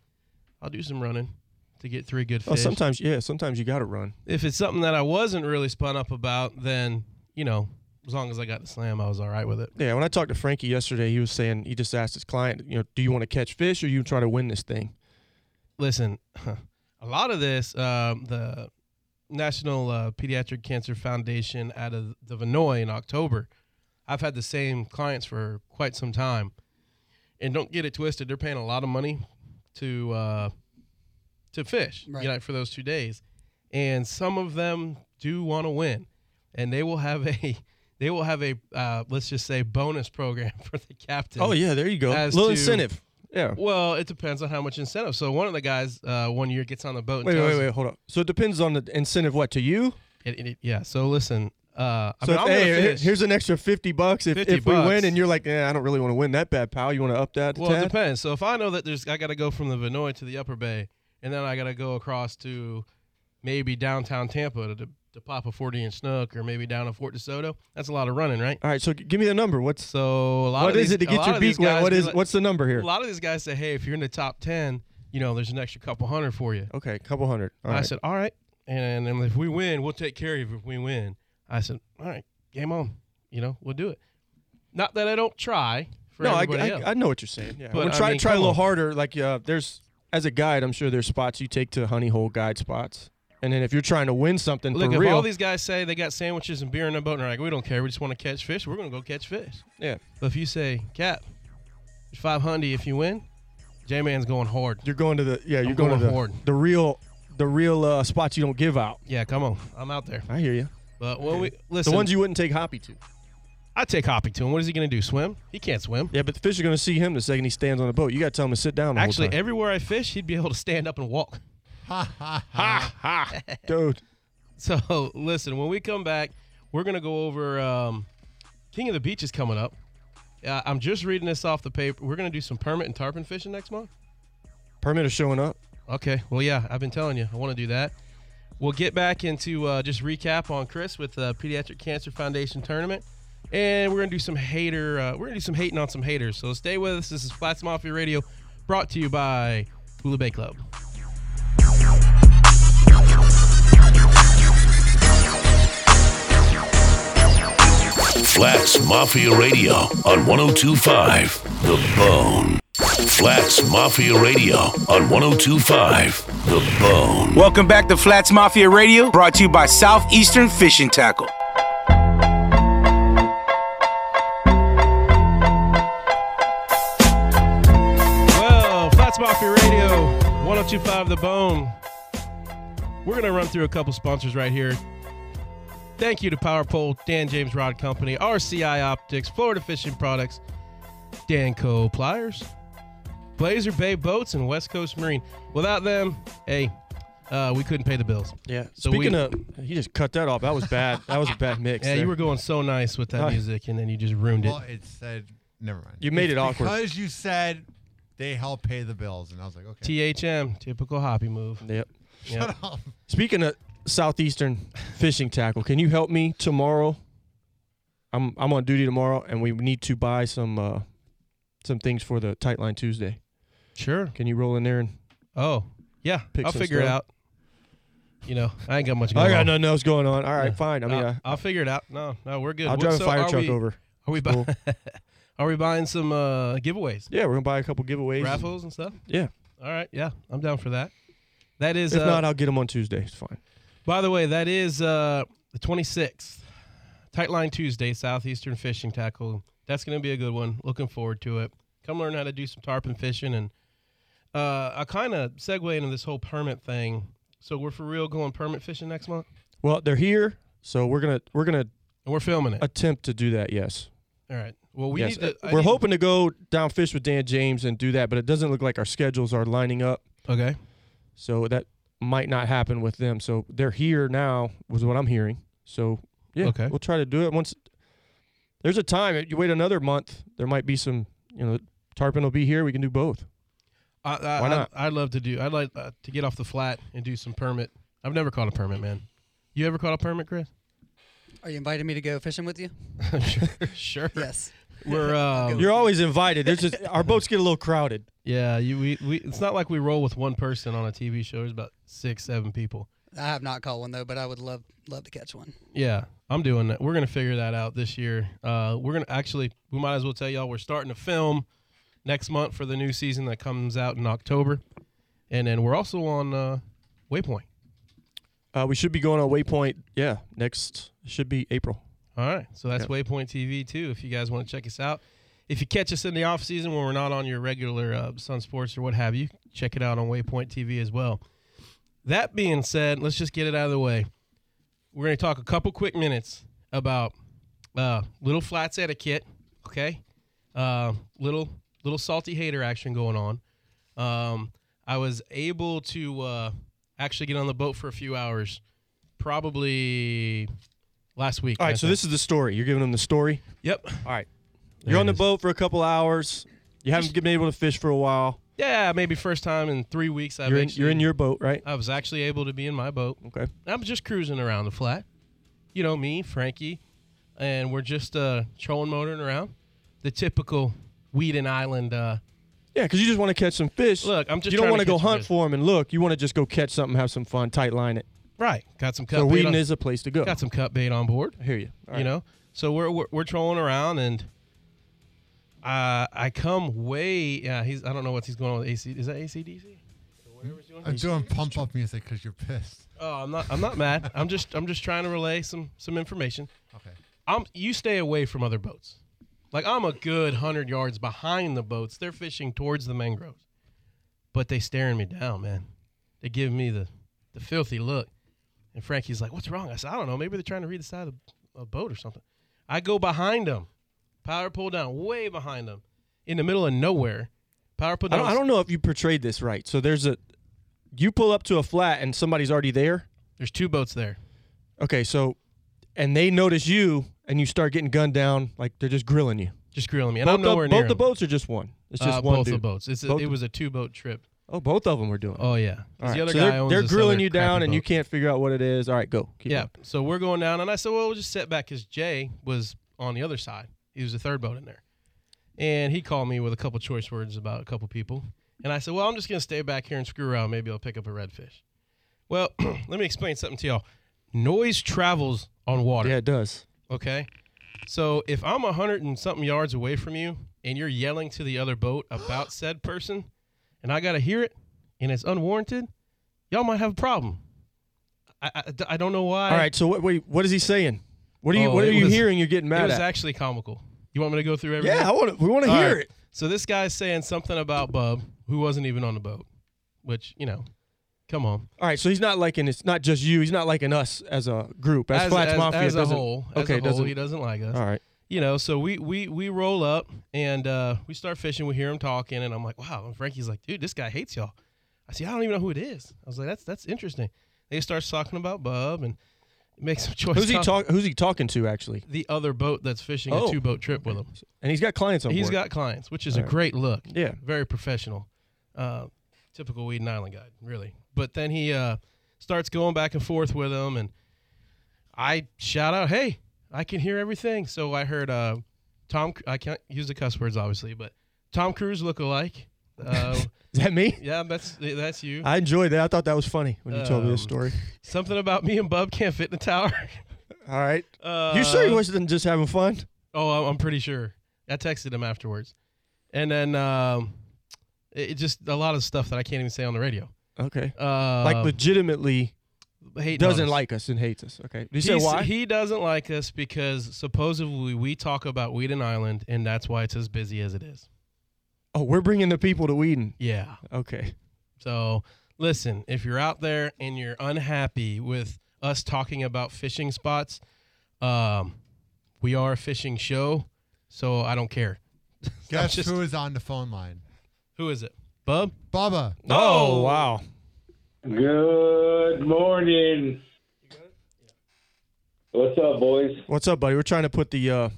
I'll do some running to get three good fish.
Oh, sometimes yeah, sometimes you got to run.
if it's something that I wasn't really spun up about, then you know, as long as I got the slam, I was all right with it.
Yeah, when I talked to Frankie yesterday, he was saying he just asked his client, you know, do you want to catch fish or you try to win this thing?
listen, a lot of this, um, the National uh, Pediatric Cancer Foundation out of the Vinoy in October, I've had the same clients for quite some time. And don't get it twisted, they're paying a lot of money to uh, to fish
Right.
you know, for those two days. And some of them do want to win. And they will have a they will have a uh, let's just say bonus program for the captain.
Oh yeah, there you go.
As
little
to-
incentive. Yeah.
Well, it depends on how much incentive. So one of the guys uh, one year gets on the boat. And
Wait,
tells
wait, wait, hold up. So it depends on the incentive. What to you?
It, it- yeah. So listen, uh, I
So
mean, I'm
if, hey,
gonna
here-
fish.
here's an extra fifty bucks if,
50
if we
bucks.
win, and you're like, eh, I don't really want to win that bad, pal. You want to up that? a
well, it
tad?
depends. So if I know that there's, I got to go from the Vinoy to the Upper Bay, and then I got to go across to maybe downtown Tampa to, to, pop a 40 inch snook, or maybe down to Fort DeSoto. That's a lot of running, right?
All right, so g- give me the number. What's
So a lot.
what
of
is
these-
it to
a lot
get your
of these
beak wet?
guys
What
do
is
like-
what's the number
A
here?
lot of these guys say, hey, if you're in the top ten, you know, there's an extra couple hundred for you.
Okay, couple hundred. All
I
right.
said, all right. and, and if we win, we'll take care of you if we win. I said, all right, game on. You know, we'll do it. Not that I don't try for
no, I,
everybody else.
I, I know what you're saying. Yeah,
But,
but
I
try
mean,
try a
come
little
on.
harder. Like uh, there's as a guide, I'm sure there's spots you take to honey hole guide spots. And then if you're trying to win something
Look,
for
if
real,
all these guys say they got sandwiches and beer in their boat, and they're like, we don't care, we just want to catch fish, we're going to go catch fish.
yeah,
But if you say, Cap, it's 500 if you win, J Man's going hard.
you're going to the yeah you're
going
to the
hard.
the real the real uh, spots you don't give out.
Yeah, come on. I'm out there.
I hear you.
But when we
The
listen,
ones you wouldn't take Hoppy to.
I take Hoppy to him. What is he going to do? Swim? He can't swim.
Yeah, but the fish are going to see him the second he stands on a boat. You got to tell him to sit down. The
Actually,
whole time.
everywhere I fish, he'd be able to stand up and walk.
dude.
So listen, when we come back, we're gonna go over um, King of the Beach is coming up. Uh, I'm just reading this off the paper. We're gonna do some permit and tarpon fishing next month.
Permit is showing up.
Okay. Well, yeah, I've been telling you, I want to do that. We'll get back into uh, just recap on Chris with the Pediatric Cancer Foundation tournament, and we're gonna do some hater. Uh, we're gonna do some hating on some haters. So stay with us. This is Flats Mafia Radio, brought to you by Hula Bay Club.
Flats Mafia Radio on 1025 The Bone. Flats Mafia Radio on 1025 The Bone.
Welcome back to Flats Mafia Radio, brought to you by Southeastern Fishing Tackle.
Well, Flats Mafia Radio, 1025 The Bone. We're going to run through a couple sponsors right here. Thank you to Power Pole, Dan James Rod Company, RCI Optics, Florida Fishing Products, Danco Pliers, Blazer Bay Boats, and West Coast Marine. Without them, hey, uh, we couldn't pay the bills.
Yeah.
So
Speaking
we-
of, he just cut that off. That was bad. That was a bad mix.
Yeah,
there.
you were going so nice with that
Hi.
music, and then you just ruined it.
Well, it said, never mind.
You made
It's
it awkward.
Because you said they help pay the bills. And I was like, okay.
THM, typical hoppy move.
Yep.
Yep.
Speaking of southeastern fishing tackle, can you help me tomorrow? I'm I'm on duty tomorrow, and we need to buy some uh, some things for the Tightline Tuesday.
Sure.
Can you roll in there and?
Oh, yeah.
Pick
I'll
some
figure it
stuff.
out. You know, I ain't got much.
I
going
got
on.
nothing else going on. All right,
Yeah.
fine. I
I'll-
mean, I,
I'll, figure it out. No, no, we're Uh, good.
I'll
What-
drive
so
a fire
are
truck
we-
over.
Are we
Cool.
buying? are we buying some uh, giveaways,
Yeah, we're gonna buy a couple giveaways.
raffles, and stuff?
Yeah.
All right, yeah, I'm down for that. That is.
If
uh,
not, I'll get them on Tuesday. It's fine.
by the way, that is uh, the 26th, Tightline Tuesday, Southeastern Fishing Tackle. That's going to be a good one. Looking forward to it. Come learn how to do some tarpon fishing, and uh, I kind of segue into this whole permit thing. So we're for real going permit fishing next month,
Well, they're here, so we're gonna we're gonna
and we're filming it.
attempt to do that. Yes.
All right. Well, we
yes.
need to. I
we're
need-
hoping to go down fish with Dan James and do that, but it doesn't look like our schedules are lining up.
Okay.
So that might not happen with them. So they're here now, was what I'm hearing. So yeah,
Okay.
we'll try to do it once. There's a time. If you wait another month, there might be some. You know, tarpon will be here. We can do both.
I, I,
Why not?
I, would love to do. I'd like uh, to get off the flat and do some permit. I've never caught a permit, man. You ever caught a permit, Chris?
Are you inviting me to go fishing with you?
sure. sure.
Yes.
We're um,
You're always invited. There's just our boats get a little crowded.
yeah. You we, we it's not like we roll with one person on a TV show. There's about six, seven people.
I have not caught one though, but I would love love to catch one.
Yeah, I'm doing that. We're gonna figure that out this year. Uh, we're gonna actually. We might as well tell y'all we're starting to film next month for the new season that comes out in October, and then we're also on uh, Waypoint.
Uh, we should be going on Waypoint. Yeah, next should be April.
All right. So that's Waypoint TV too. If you guys want to check us out, if you catch us in the off season when we're not on your regular uh, Sun Sports or what have you, check it out on Waypoint TV as well. That being said, let's just get it out of the way. We're going to talk a couple quick minutes about uh, little flats etiquette. Okay, uh, little little salty hater action going on. Um, I was able to uh, actually get on the boat for a few hours, probably last week.
All
I
right. So
think.
this is the story. You're giving them the story.
Yep.
All right. You're on the boat for a couple hours. You haven't been able to fish for a while.
Yeah, maybe first time in three weeks. I've
You're in,
actually,
you're in your boat, right?
I was actually able to be in my boat.
Okay.
I'm just cruising around the flat. You know me, Frankie, and we're just uh, trolling, motoring around. The typical weed and island. Uh,
Yeah, because you just want to catch some fish.
Look, I'm just
you don't
trying
want
to
to go
catch some
hunt
fish.
for them and look. You want to just go catch something, have some fun, tight line it.
Right. Got some cut
So
bait
Whedon
on,
is a place to go.
got some cut bait on board.
I hear you. All
you
right.
know so we're, we're we're trolling around and uh i come way yeah he's i don't know what he's going on with ac is that acdc
I'm doing pump up music because you're pissed.
oh i'm not i'm not mad i'm just i'm just trying to relay some some information
Okay.
i'm you stay away from other boats like i'm a good 100 yards behind the boats they're fishing towards the mangroves but they staring me down man they give me the the filthy look and frankie's like what's wrong i said i don't know maybe they're trying to read the side of a boat or something i go behind them power pull down way behind them in the middle of nowhere power pull
I
down
don't, I don't know if you portrayed this right. So there's a, you pull up to a flat and somebody's already there.
there's two boats there
Okay, so, and they notice you and you start getting gunned down like they're just grilling you.
just grilling me and
both
i'm
the,
nowhere
both
near
the
'em.
boats are just one. It's just
Uh,
one
both
dude.
the boats it's a,
Both
it
the-
was a two boat trip
Oh, both of them are doing. it.
oh yeah 'Cause
All
the
right,
other
so
guy
they're,
owns
they're
this
grilling
other
you down
crappy
and you
boat.
can't figure out what it is. All right, go. Keep
Yeah.
going.
So we're going down, and I said, "Well, we'll just set back because Jay was on the other side. He was the third boat in there, and he called me with a couple choice words about a couple people. And I said, "Well, I'm just gonna stay back here and screw around. Maybe I'll pick up a redfish." Well, let me explain something to y'all. Noise travels on water.
Yeah, it does.
Okay. So if I'm a hundred and something yards away from you, and you're yelling to the other boat about said person, and I gotta hear it, and it's unwarranted, y'all might have a problem. I, I, I don't know why.
All right, so what? Wait, what is he saying? What are you?
Oh,
what are
it
you
was-
hearing? You're getting
It
mad
was
at?
actually comical. You want me to go through everything?
yeah, I want. We want to
All
hear
right.
it.
So this guy's saying something about Bub, who wasn't even on the boat, which you know, come on.
All right, so he's not liking. It's not just you. He's not liking us as a group, as, Flats Mafia.
as a
doesn't-
whole, as
okay,
a whole,
doesn't.
he doesn't like us.
all right.
You know, so we we we roll up and uh, we start fishing. We hear him talking, and I'm like, wow. And Frankie's like, dude, this guy hates y'all. I see. I don't even know who it is. I was like, that's that's interesting. They start talking about Bub and make some choice.
Who's he
talk-
talk? Who's he talking to actually?
The other boat that's fishing
Oh.
a two boat trip with him.
And he's got clients on
He's
board.
got clients, which is a great look.
Yeah.
Very professional. Uh, typical Weed and Island guy, really. But then he uh, starts going back and forth with him, and I shout out, hey, I can hear everything. So I heard uh, Tom, I can't use the cuss words, obviously, but Tom Cruise look alike. Uh,
Is that me?
yeah, that's that's you.
I enjoyed that. I thought that was funny when you told me this
Um,
story.
Something about me and Bub can't fit in the tower.
All right.
Uh,
you sure he wasn't just having fun?
Oh, I'm- I'm pretty sure. I texted him afterwards, and then um, it, it just a lot of stuff that I can't even say on the radio.
Okay.
Uh,
like legitimately
hating on
doesn't
us.
like us and hates us. Okay. Did you say
He's-
why?
He doesn't like us because supposedly we talk about Whedon Island, and that's why it's as busy as it is.
oh, we're bringing the people to Whedon.
Yeah.
Okay.
So listen, if you're out there and you're unhappy with us talking about fishing spots, um, we are a fishing show, so I don't care. I'm
Guess
just-
who is on the phone line?
who is it? Bub.
Bubba.
Oh, wow.
Good morning. What's up, boys?
What's up, buddy? We're trying to put the uh,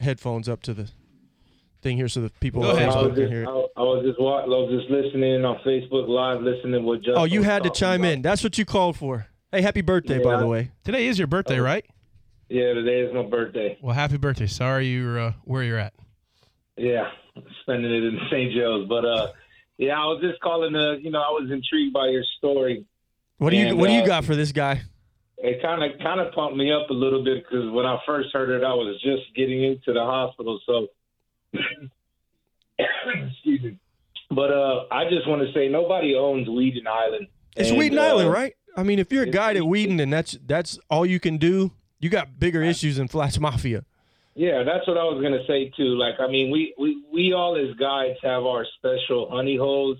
headphones up to the thing here so the people
Go
on
ahead.
I
Facebook
was
can
just,
hear it.
I, I was just wa- I was just listening on Facebook Live, listening with Justin.
Oh, you
was
had to
talking
chime
about-
in. That's what you called for. Hey, happy birthday, by
Yeah. Oh.
the way.
Today is your birthday, right?
Yeah, today is my birthday.
Well, happy birthday. Sorry you're uh, where you're at.
Yeah, spending it in St. Joe's, but uh, yeah, I was just calling to, you know, I was intrigued by your story.
What do you
And,
What do you
uh,
got for this guy?
It kind of kind of pumped me up a little bit because when I first heard it, I was just getting into the hospital, so excuse me. But uh, I just want to say nobody owns Whedon Island.
It's
And,
Whedon
uh,
Island, right? I mean, if you're a
it's-
guide at
it-
Whedon and that's that's all you can do, you got bigger issues than Flats Mafia.
Yeah, that's what I was gonna say too. Like, I mean, we we we all as guides have our special honey holes,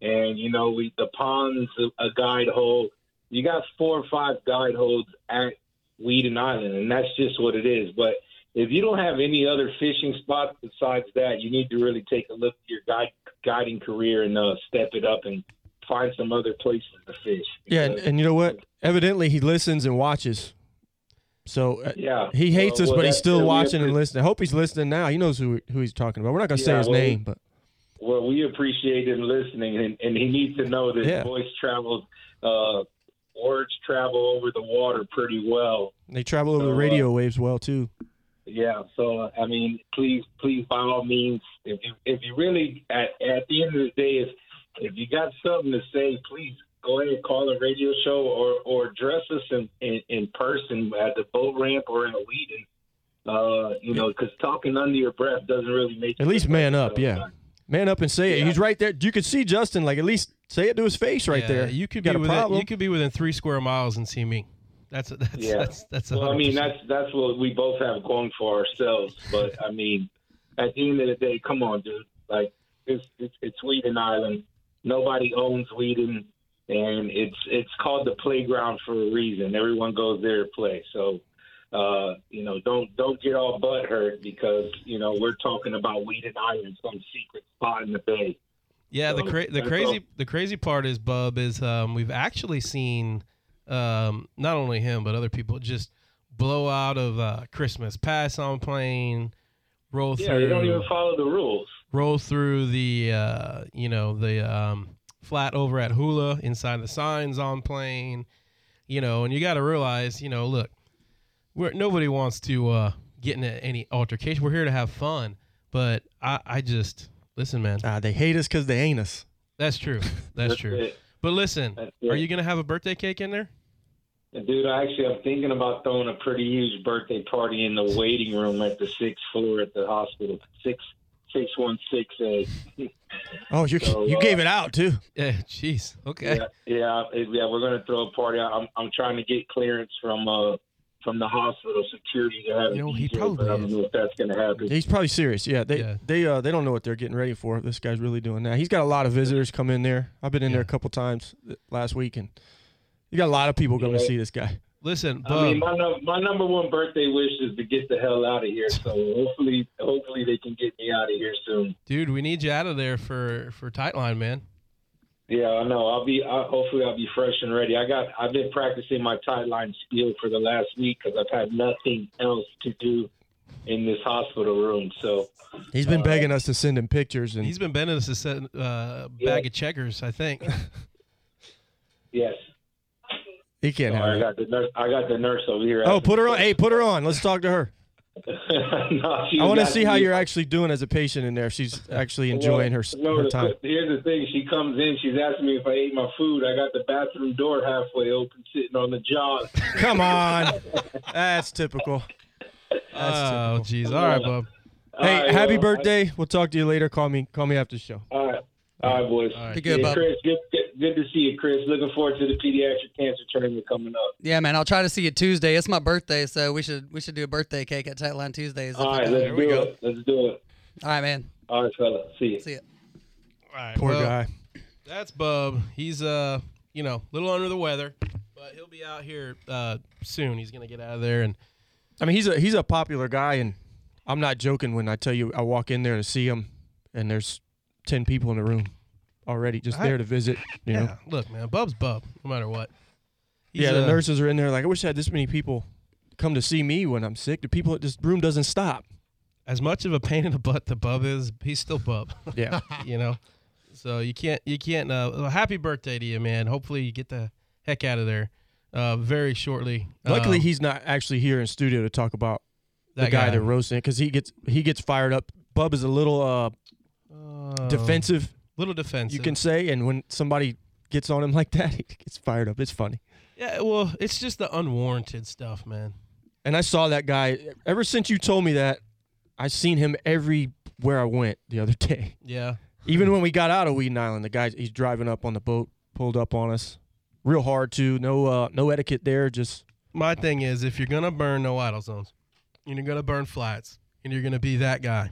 and you know, we the ponds a guide hole. You got four or five guide holes at Weedon Island, and that's just what it is. But if you don't have any other fishing spots besides that, you need to really take a look at your guide guiding career and uh, step it up and find some other places to fish.
Yeah, and, and you know what? Evidently, he listens and watches. So uh,
Yeah.
he hates
Well,
us,
well,
but he's
that's
still
good. We
watching and
appre-
listening. I hope he's listening now. He knows who who he's talking about. We're not gonna say
Yeah,
his
well,
name, but
Well, we appreciate him listening, and, and he needs to know that
Yeah.
voice travels, uh, words travel over the water pretty well.
they travel over
so,
the
uh,
radio waves well too.
Yeah, so I mean, please, please, by all means, if you if you really at at the end of the day, if if you got something to say, please go ahead and call a radio show or or address us in, in, in person at the boat ramp or at Wheaton. Uh, you know, because talking under your breath doesn't really make
At least man up, yeah. Man up and say it. He's right there. You could see Justin. Like at least say it to his face right
Yeah,
there.
You could
got
be
a
within,
problem.
you could be within three square miles and see me. That's that's that's that's.
well, I mean,
100%.
that's that's what we both have going for ourselves. But I mean, at the end of the day, come on, dude. Like it's it's, it's Wheaton Island. Nobody owns Wheaton, and it's it's called the playground for a reason. Everyone goes there to play. So, uh, you know, don't don't get all butt hurt because you know we're talking about Wheaton Island, some secret spot in the bay.
Yeah, the
So,
cra- the
that's
crazy
all.
the crazy part is Bub is um, we've actually seen um, not only him but other people just blow out of uh, Christmas pass on plane, roll
Yeah,
through,
they don't even follow the rules.
roll through the uh, you know the um, flat over at Hula inside the signs on plane, you know, and you got to realize you know look, we're, nobody wants to uh, get into any altercation. We're here to have fun, but I I just listen, man.
Ah, they hate us because they ain't us.
That's true. That's,
That's
true.
it.
But listen,
it.
are you gonna have a birthday cake in there?
Dude, I actually I'm thinking about throwing a pretty huge birthday party in the waiting room at the sixth floor at the hospital. Six six one six A.
Oh, you
So,
you
uh,
gave it out too.
Yeah. Jeez. Okay.
Yeah, yeah, it- yeah, we're gonna throw a party. I- I'm I'm trying to get clearance from uh from the hospital security to have
You know,
a
he
DJ,
probably
but I don't
is.
know if that's gonna happen.
He's probably serious. Yeah, they
Yeah.
they uh they don't know what they're getting ready for. This guy's really doing that. He's got a lot of visitors come in there. I've been in there a couple times th- last week, and you got a lot of people going to
Yeah.
see this guy.
Listen,
I mean, my num- my number one birthday wish is to get the hell out of here. So hopefully, hopefully they can get me out of here soon.
Dude, we need you out of there for for Tightline, man.
Yeah, I know. I'll be. I, hopefully, I'll be fresh and ready. I got. I've been practicing my tight line spiel for the last week because I've had nothing else to do in this hospital room. So
He's been begging us to send him pictures, and
Uh, He's been bending us a set, uh, bag of checkers, I think.
yes,
he
Oh,
can't
I
have it.
got the nurse. I got the nurse over here.
Oh, put her on. Hey, put her on. Let's talk to her.
No, she
I want to
was
see how
asking me-
you're actually doing as a patient in there. If she's actually
Well,
enjoying her s-
no,
her
the-
time.
Here's the thing: she comes in, she's asking me if I ate my food. I got the bathroom door halfway open, sitting on the job.
Come on, that's typical.
Oh, jeez. All right, bub.
Hey,
All right,
happy
well, I-
birthday. We'll talk to you later. Call me. Call me after the show.
All right. All right, boys.
All right.
Hey,
Be good, Bob.
Chris, good, good, good to see you, Chris. Looking forward to the pediatric cancer tournament coming up.
Yeah, man. I'll try to see you Tuesday. It's my birthday, so we should we should do a birthday cake at Tightline Tuesdays. if
All
we
right,
can.
let's do it. Let's do it.
All right, man.
All right, fella. See you.
See ya.
All right,
Poor
well,
guy.
That's Bub. He's uh, you know, a little under the weather, but he'll be out here uh soon. He's gonna get out of there and
I mean, he's a he's a popular guy, and I'm not joking when I tell you I walk in there to see him, and there's ten people in the room already just
I-
there to visit. You know,
Look, man, Bub's Bub, no matter what. He's,
yeah, the
uh,
nurses are in there like I wish I had this many people come to see me when I'm sick. The people at this room doesn't stop.
as much of a pain in the butt the bub is, he's still bub.
Yeah.
you know, so you can't you can't. Uh, well, happy birthday to you, man. Hopefully you get the heck out of there uh, very shortly.
Luckily,
Um,
he's not actually here in studio to talk about the
That
guy,
guy.
they're roasting because he gets he gets fired up. Bub is a little uh,
Uh,
defensive,
little defensive.
you can say, and when somebody gets on him like that, he gets fired up. It's funny.
Yeah, well, it's just the unwarranted stuff, man.
And I saw that guy ever since you told me that. I seen him everywhere I went the other day.
Yeah.
Even when we got out of Wheaton Island, the guy he's driving up on the boat, pulled up on us, real hard too. No, uh, no etiquette there. Just
My thing is, if you're gonna burn no idle zones, and you're gonna burn flats, and you're gonna be that guy,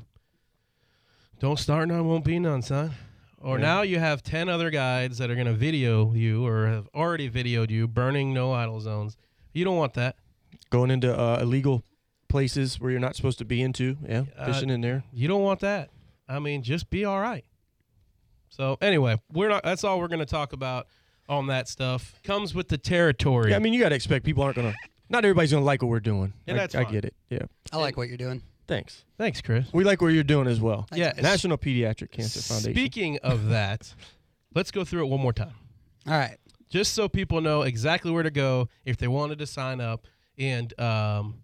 don't start none, won't be none, son. Or
Yeah.
now you have ten other guides that are gonna video you or have already videoed you burning no idle zones. You don't want that.
going into uh, illegal places where you're not supposed to be into. Yeah,
Uh,
fishing in there.
You don't want that. I mean, just be all right. So anyway, we're not. That's all we're gonna talk about on that stuff. Comes with the territory.
Yeah, I mean you gotta expect people aren't gonna. Not everybody's gonna like what we're doing.
Yeah,
I,
that's
I
fine.
get it. Yeah,
I like what you're doing.
thanks.
Thanks, Chris.
We like what you're doing as well.
Yeah,
National Pediatric Cancer Foundation.
Speaking of that, let's go through it one more time.
All right.
Just so people know exactly where to go if they wanted to sign up and um,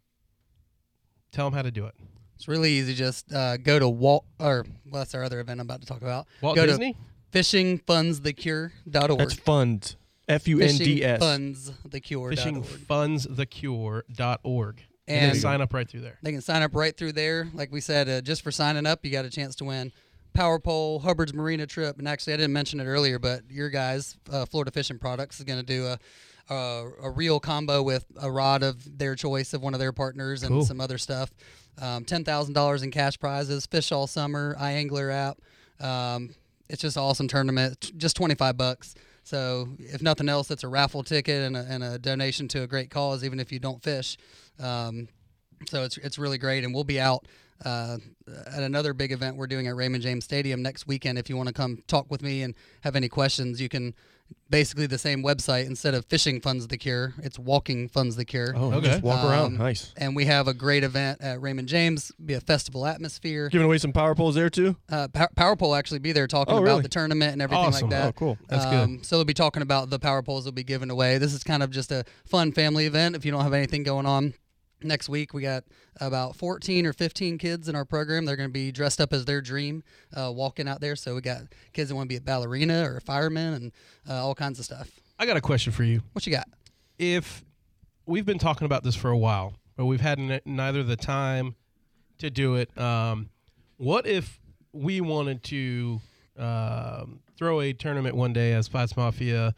tell them how to do it.
It's really easy. Just uh, go to Walt, or well, that's our other event I'm about to talk about.
Walt
go
Disney?
To fishingfundsthecure.org.
That's funds. F U N D S.
Fishingfundsthecure.org. And
And
they sign up right through there.
They can sign up right through there. Like we said, uh, just for signing up, you got a chance to win Power Pole, Hubbard's Marina trip, and actually I didn't mention it earlier, but your guys, uh, Florida Fishing Products, is going to do a, a a reel combo with a rod of their choice of one of their partners and
Cool.
some other stuff. Um, Ten thousand dollars in cash prizes, fish all summer, iAngler app. Um, it's just an awesome tournament. T- Just twenty five bucks. So if nothing else, it's a raffle ticket and a, and a donation to a great cause, even if you don't fish. Um, so it's it's really great, and we'll be out uh, at another big event we're doing at Raymond James Stadium next weekend. If you want to come talk with me and have any questions, you can basically the same website instead of fishing funds the cure, it's walking funds the cure.
Oh, Okay. just walk around. Nice.
And we have a great event at Raymond James, be a festival atmosphere.
Giving away some power poles there too.
Uh, Pow- Power Pole will actually be there talking
Oh,
about
really?
the tournament and everything
Awesome.
like that. Um,
Oh, cool. That's good.
So they'll be talking about the Power Poles they'll be giving away. This is kind of just a fun family event. If you don't have anything going on next week, we got about 14 or 15 kids in our program. They're going to be dressed up as their dream, uh, walking out there. So we got kids that want to be a ballerina or a fireman and uh, all kinds of stuff.
I got a question for you.
What you got?
If we've been talking about this for a while, but we've had n- neither the time to do it, um, what if we wanted to um, throw a tournament one day as Flats Mafia,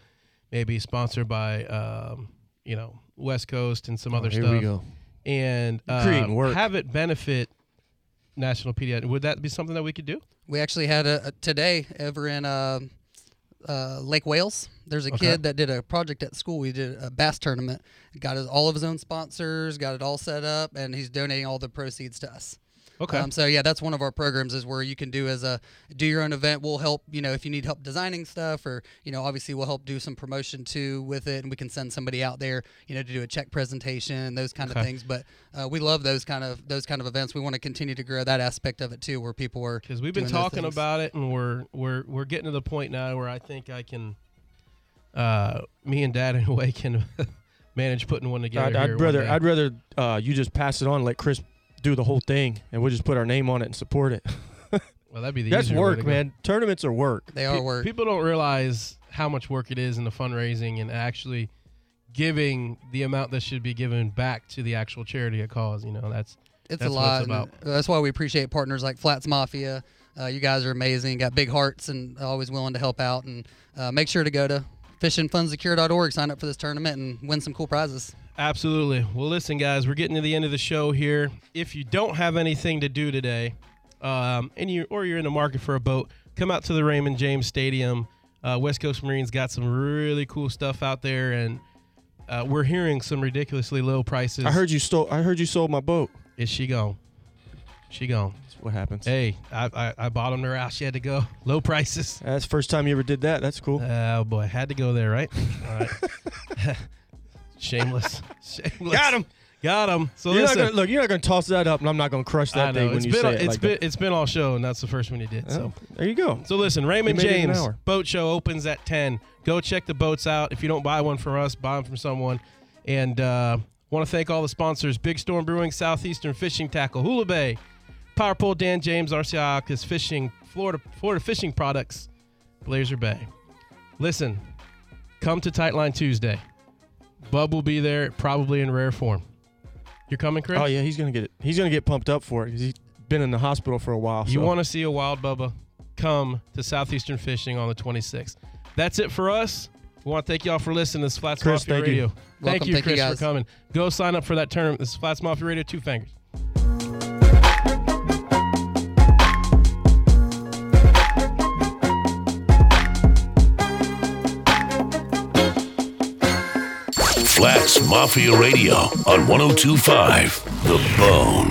maybe sponsored by um, you know West Coast and some
Oh,
other
here we
stuff,
go.
and
You're creating
uh,
work.
have it benefit National Pediatric. Would that be something that we could do?
We actually had a, a today over in uh, uh, Lake Wales. There's a
Okay.
kid that did a project at school. We did a bass tournament. Got his, all of his own sponsors. Got it all set up, and he's donating all the proceeds to us.
Okay.
Um, so yeah, that's one of our programs is where you can do as a do your own event. We'll help you know if you need help designing stuff or you know obviously we'll help do some promotion too with it, and we can send somebody out there you know to do a check presentation and those kind
Okay.
of things. But uh, we love those kind of those kind of events. We want to continue to grow that aspect of it too, where people are
because we've been talking about it and we're we're we're getting to the point now where I think I can uh me and dad in a way can manage putting one together
I'd,
here
I'd
one
rather
day.
I'd rather uh, you just pass it on, and let Chris do the whole thing, and we'll just put our name on it and support it.
well that'd be the
That's
easier way
work,
to go.
man. Tournaments are work.
Pe- people don't realize how much work it is in the fundraising and actually giving the amount that should be given back to the actual charity at cause you know that's
It's
that's
a
what
lot. and
about
That's why we appreciate partners like Flats Mafia. Uh, you guys are amazing. Got big hearts and always willing to help out. And uh, make sure to go to fishingfundsecure.org, sign up for this tournament, and win some cool prizes.
Absolutely. Well, listen, guys, we're getting to the end of the show here. If you don't have anything to do today, um, and you or you're in the market for a boat, come out to the Raymond James Stadium. Uh, West Coast Marines got some really cool stuff out there, and uh, we're hearing some ridiculously low prices.
I heard you stole. I heard you sold my boat.
Is she gone? She gone.
That's what happens.
Hey, I, I, I bottomed her out. She had to go. Low prices.
That's the first time you ever did that. That's cool.
Oh boy, had to go there, right? All right. Shameless. Shameless.
Got him.
Got him. So
you're
listen.
not gonna, look, you're not going to toss that up, and I'm not going to crush that
I
thing
know.
when
It's
you
been,
say
all-
it
it's
like
been,
that. Oh,
It's been all show, and that's the first one you did. So
there you go.
So listen, Raymond
We made it an
James
hour.
boat show opens at ten. Go check the boats out. If you don't buy one from us, buy them from someone. And uh, want to thank all the sponsors: Big Storm Brewing, Southeastern Fishing Tackle, Hula Bay, Power Pole, Dan James, RCI Aquas Fishing, Florida Florida Fishing Products, Blazer Bay. Listen, come to Tightline Tuesday. Bub will be there, probably in rare form. You're coming, Chris?
Oh yeah, he's going to get it. He's going to get pumped up for it because he's been in the hospital for a while.
You
so.
want to see a wild Bubba? Come to Southeastern Fishing on the 26th. That's it for us. We want to thank y'all for listening to this Flats
Chris,
Mafia
thank you.
Radio.
Welcome,
you,
thank you
Chris,
guys.
for coming. Go sign up for that tournament. This is Flats Mafia Radio, two fingers.
oh Flats Mafia Radio on 1025 The Bone.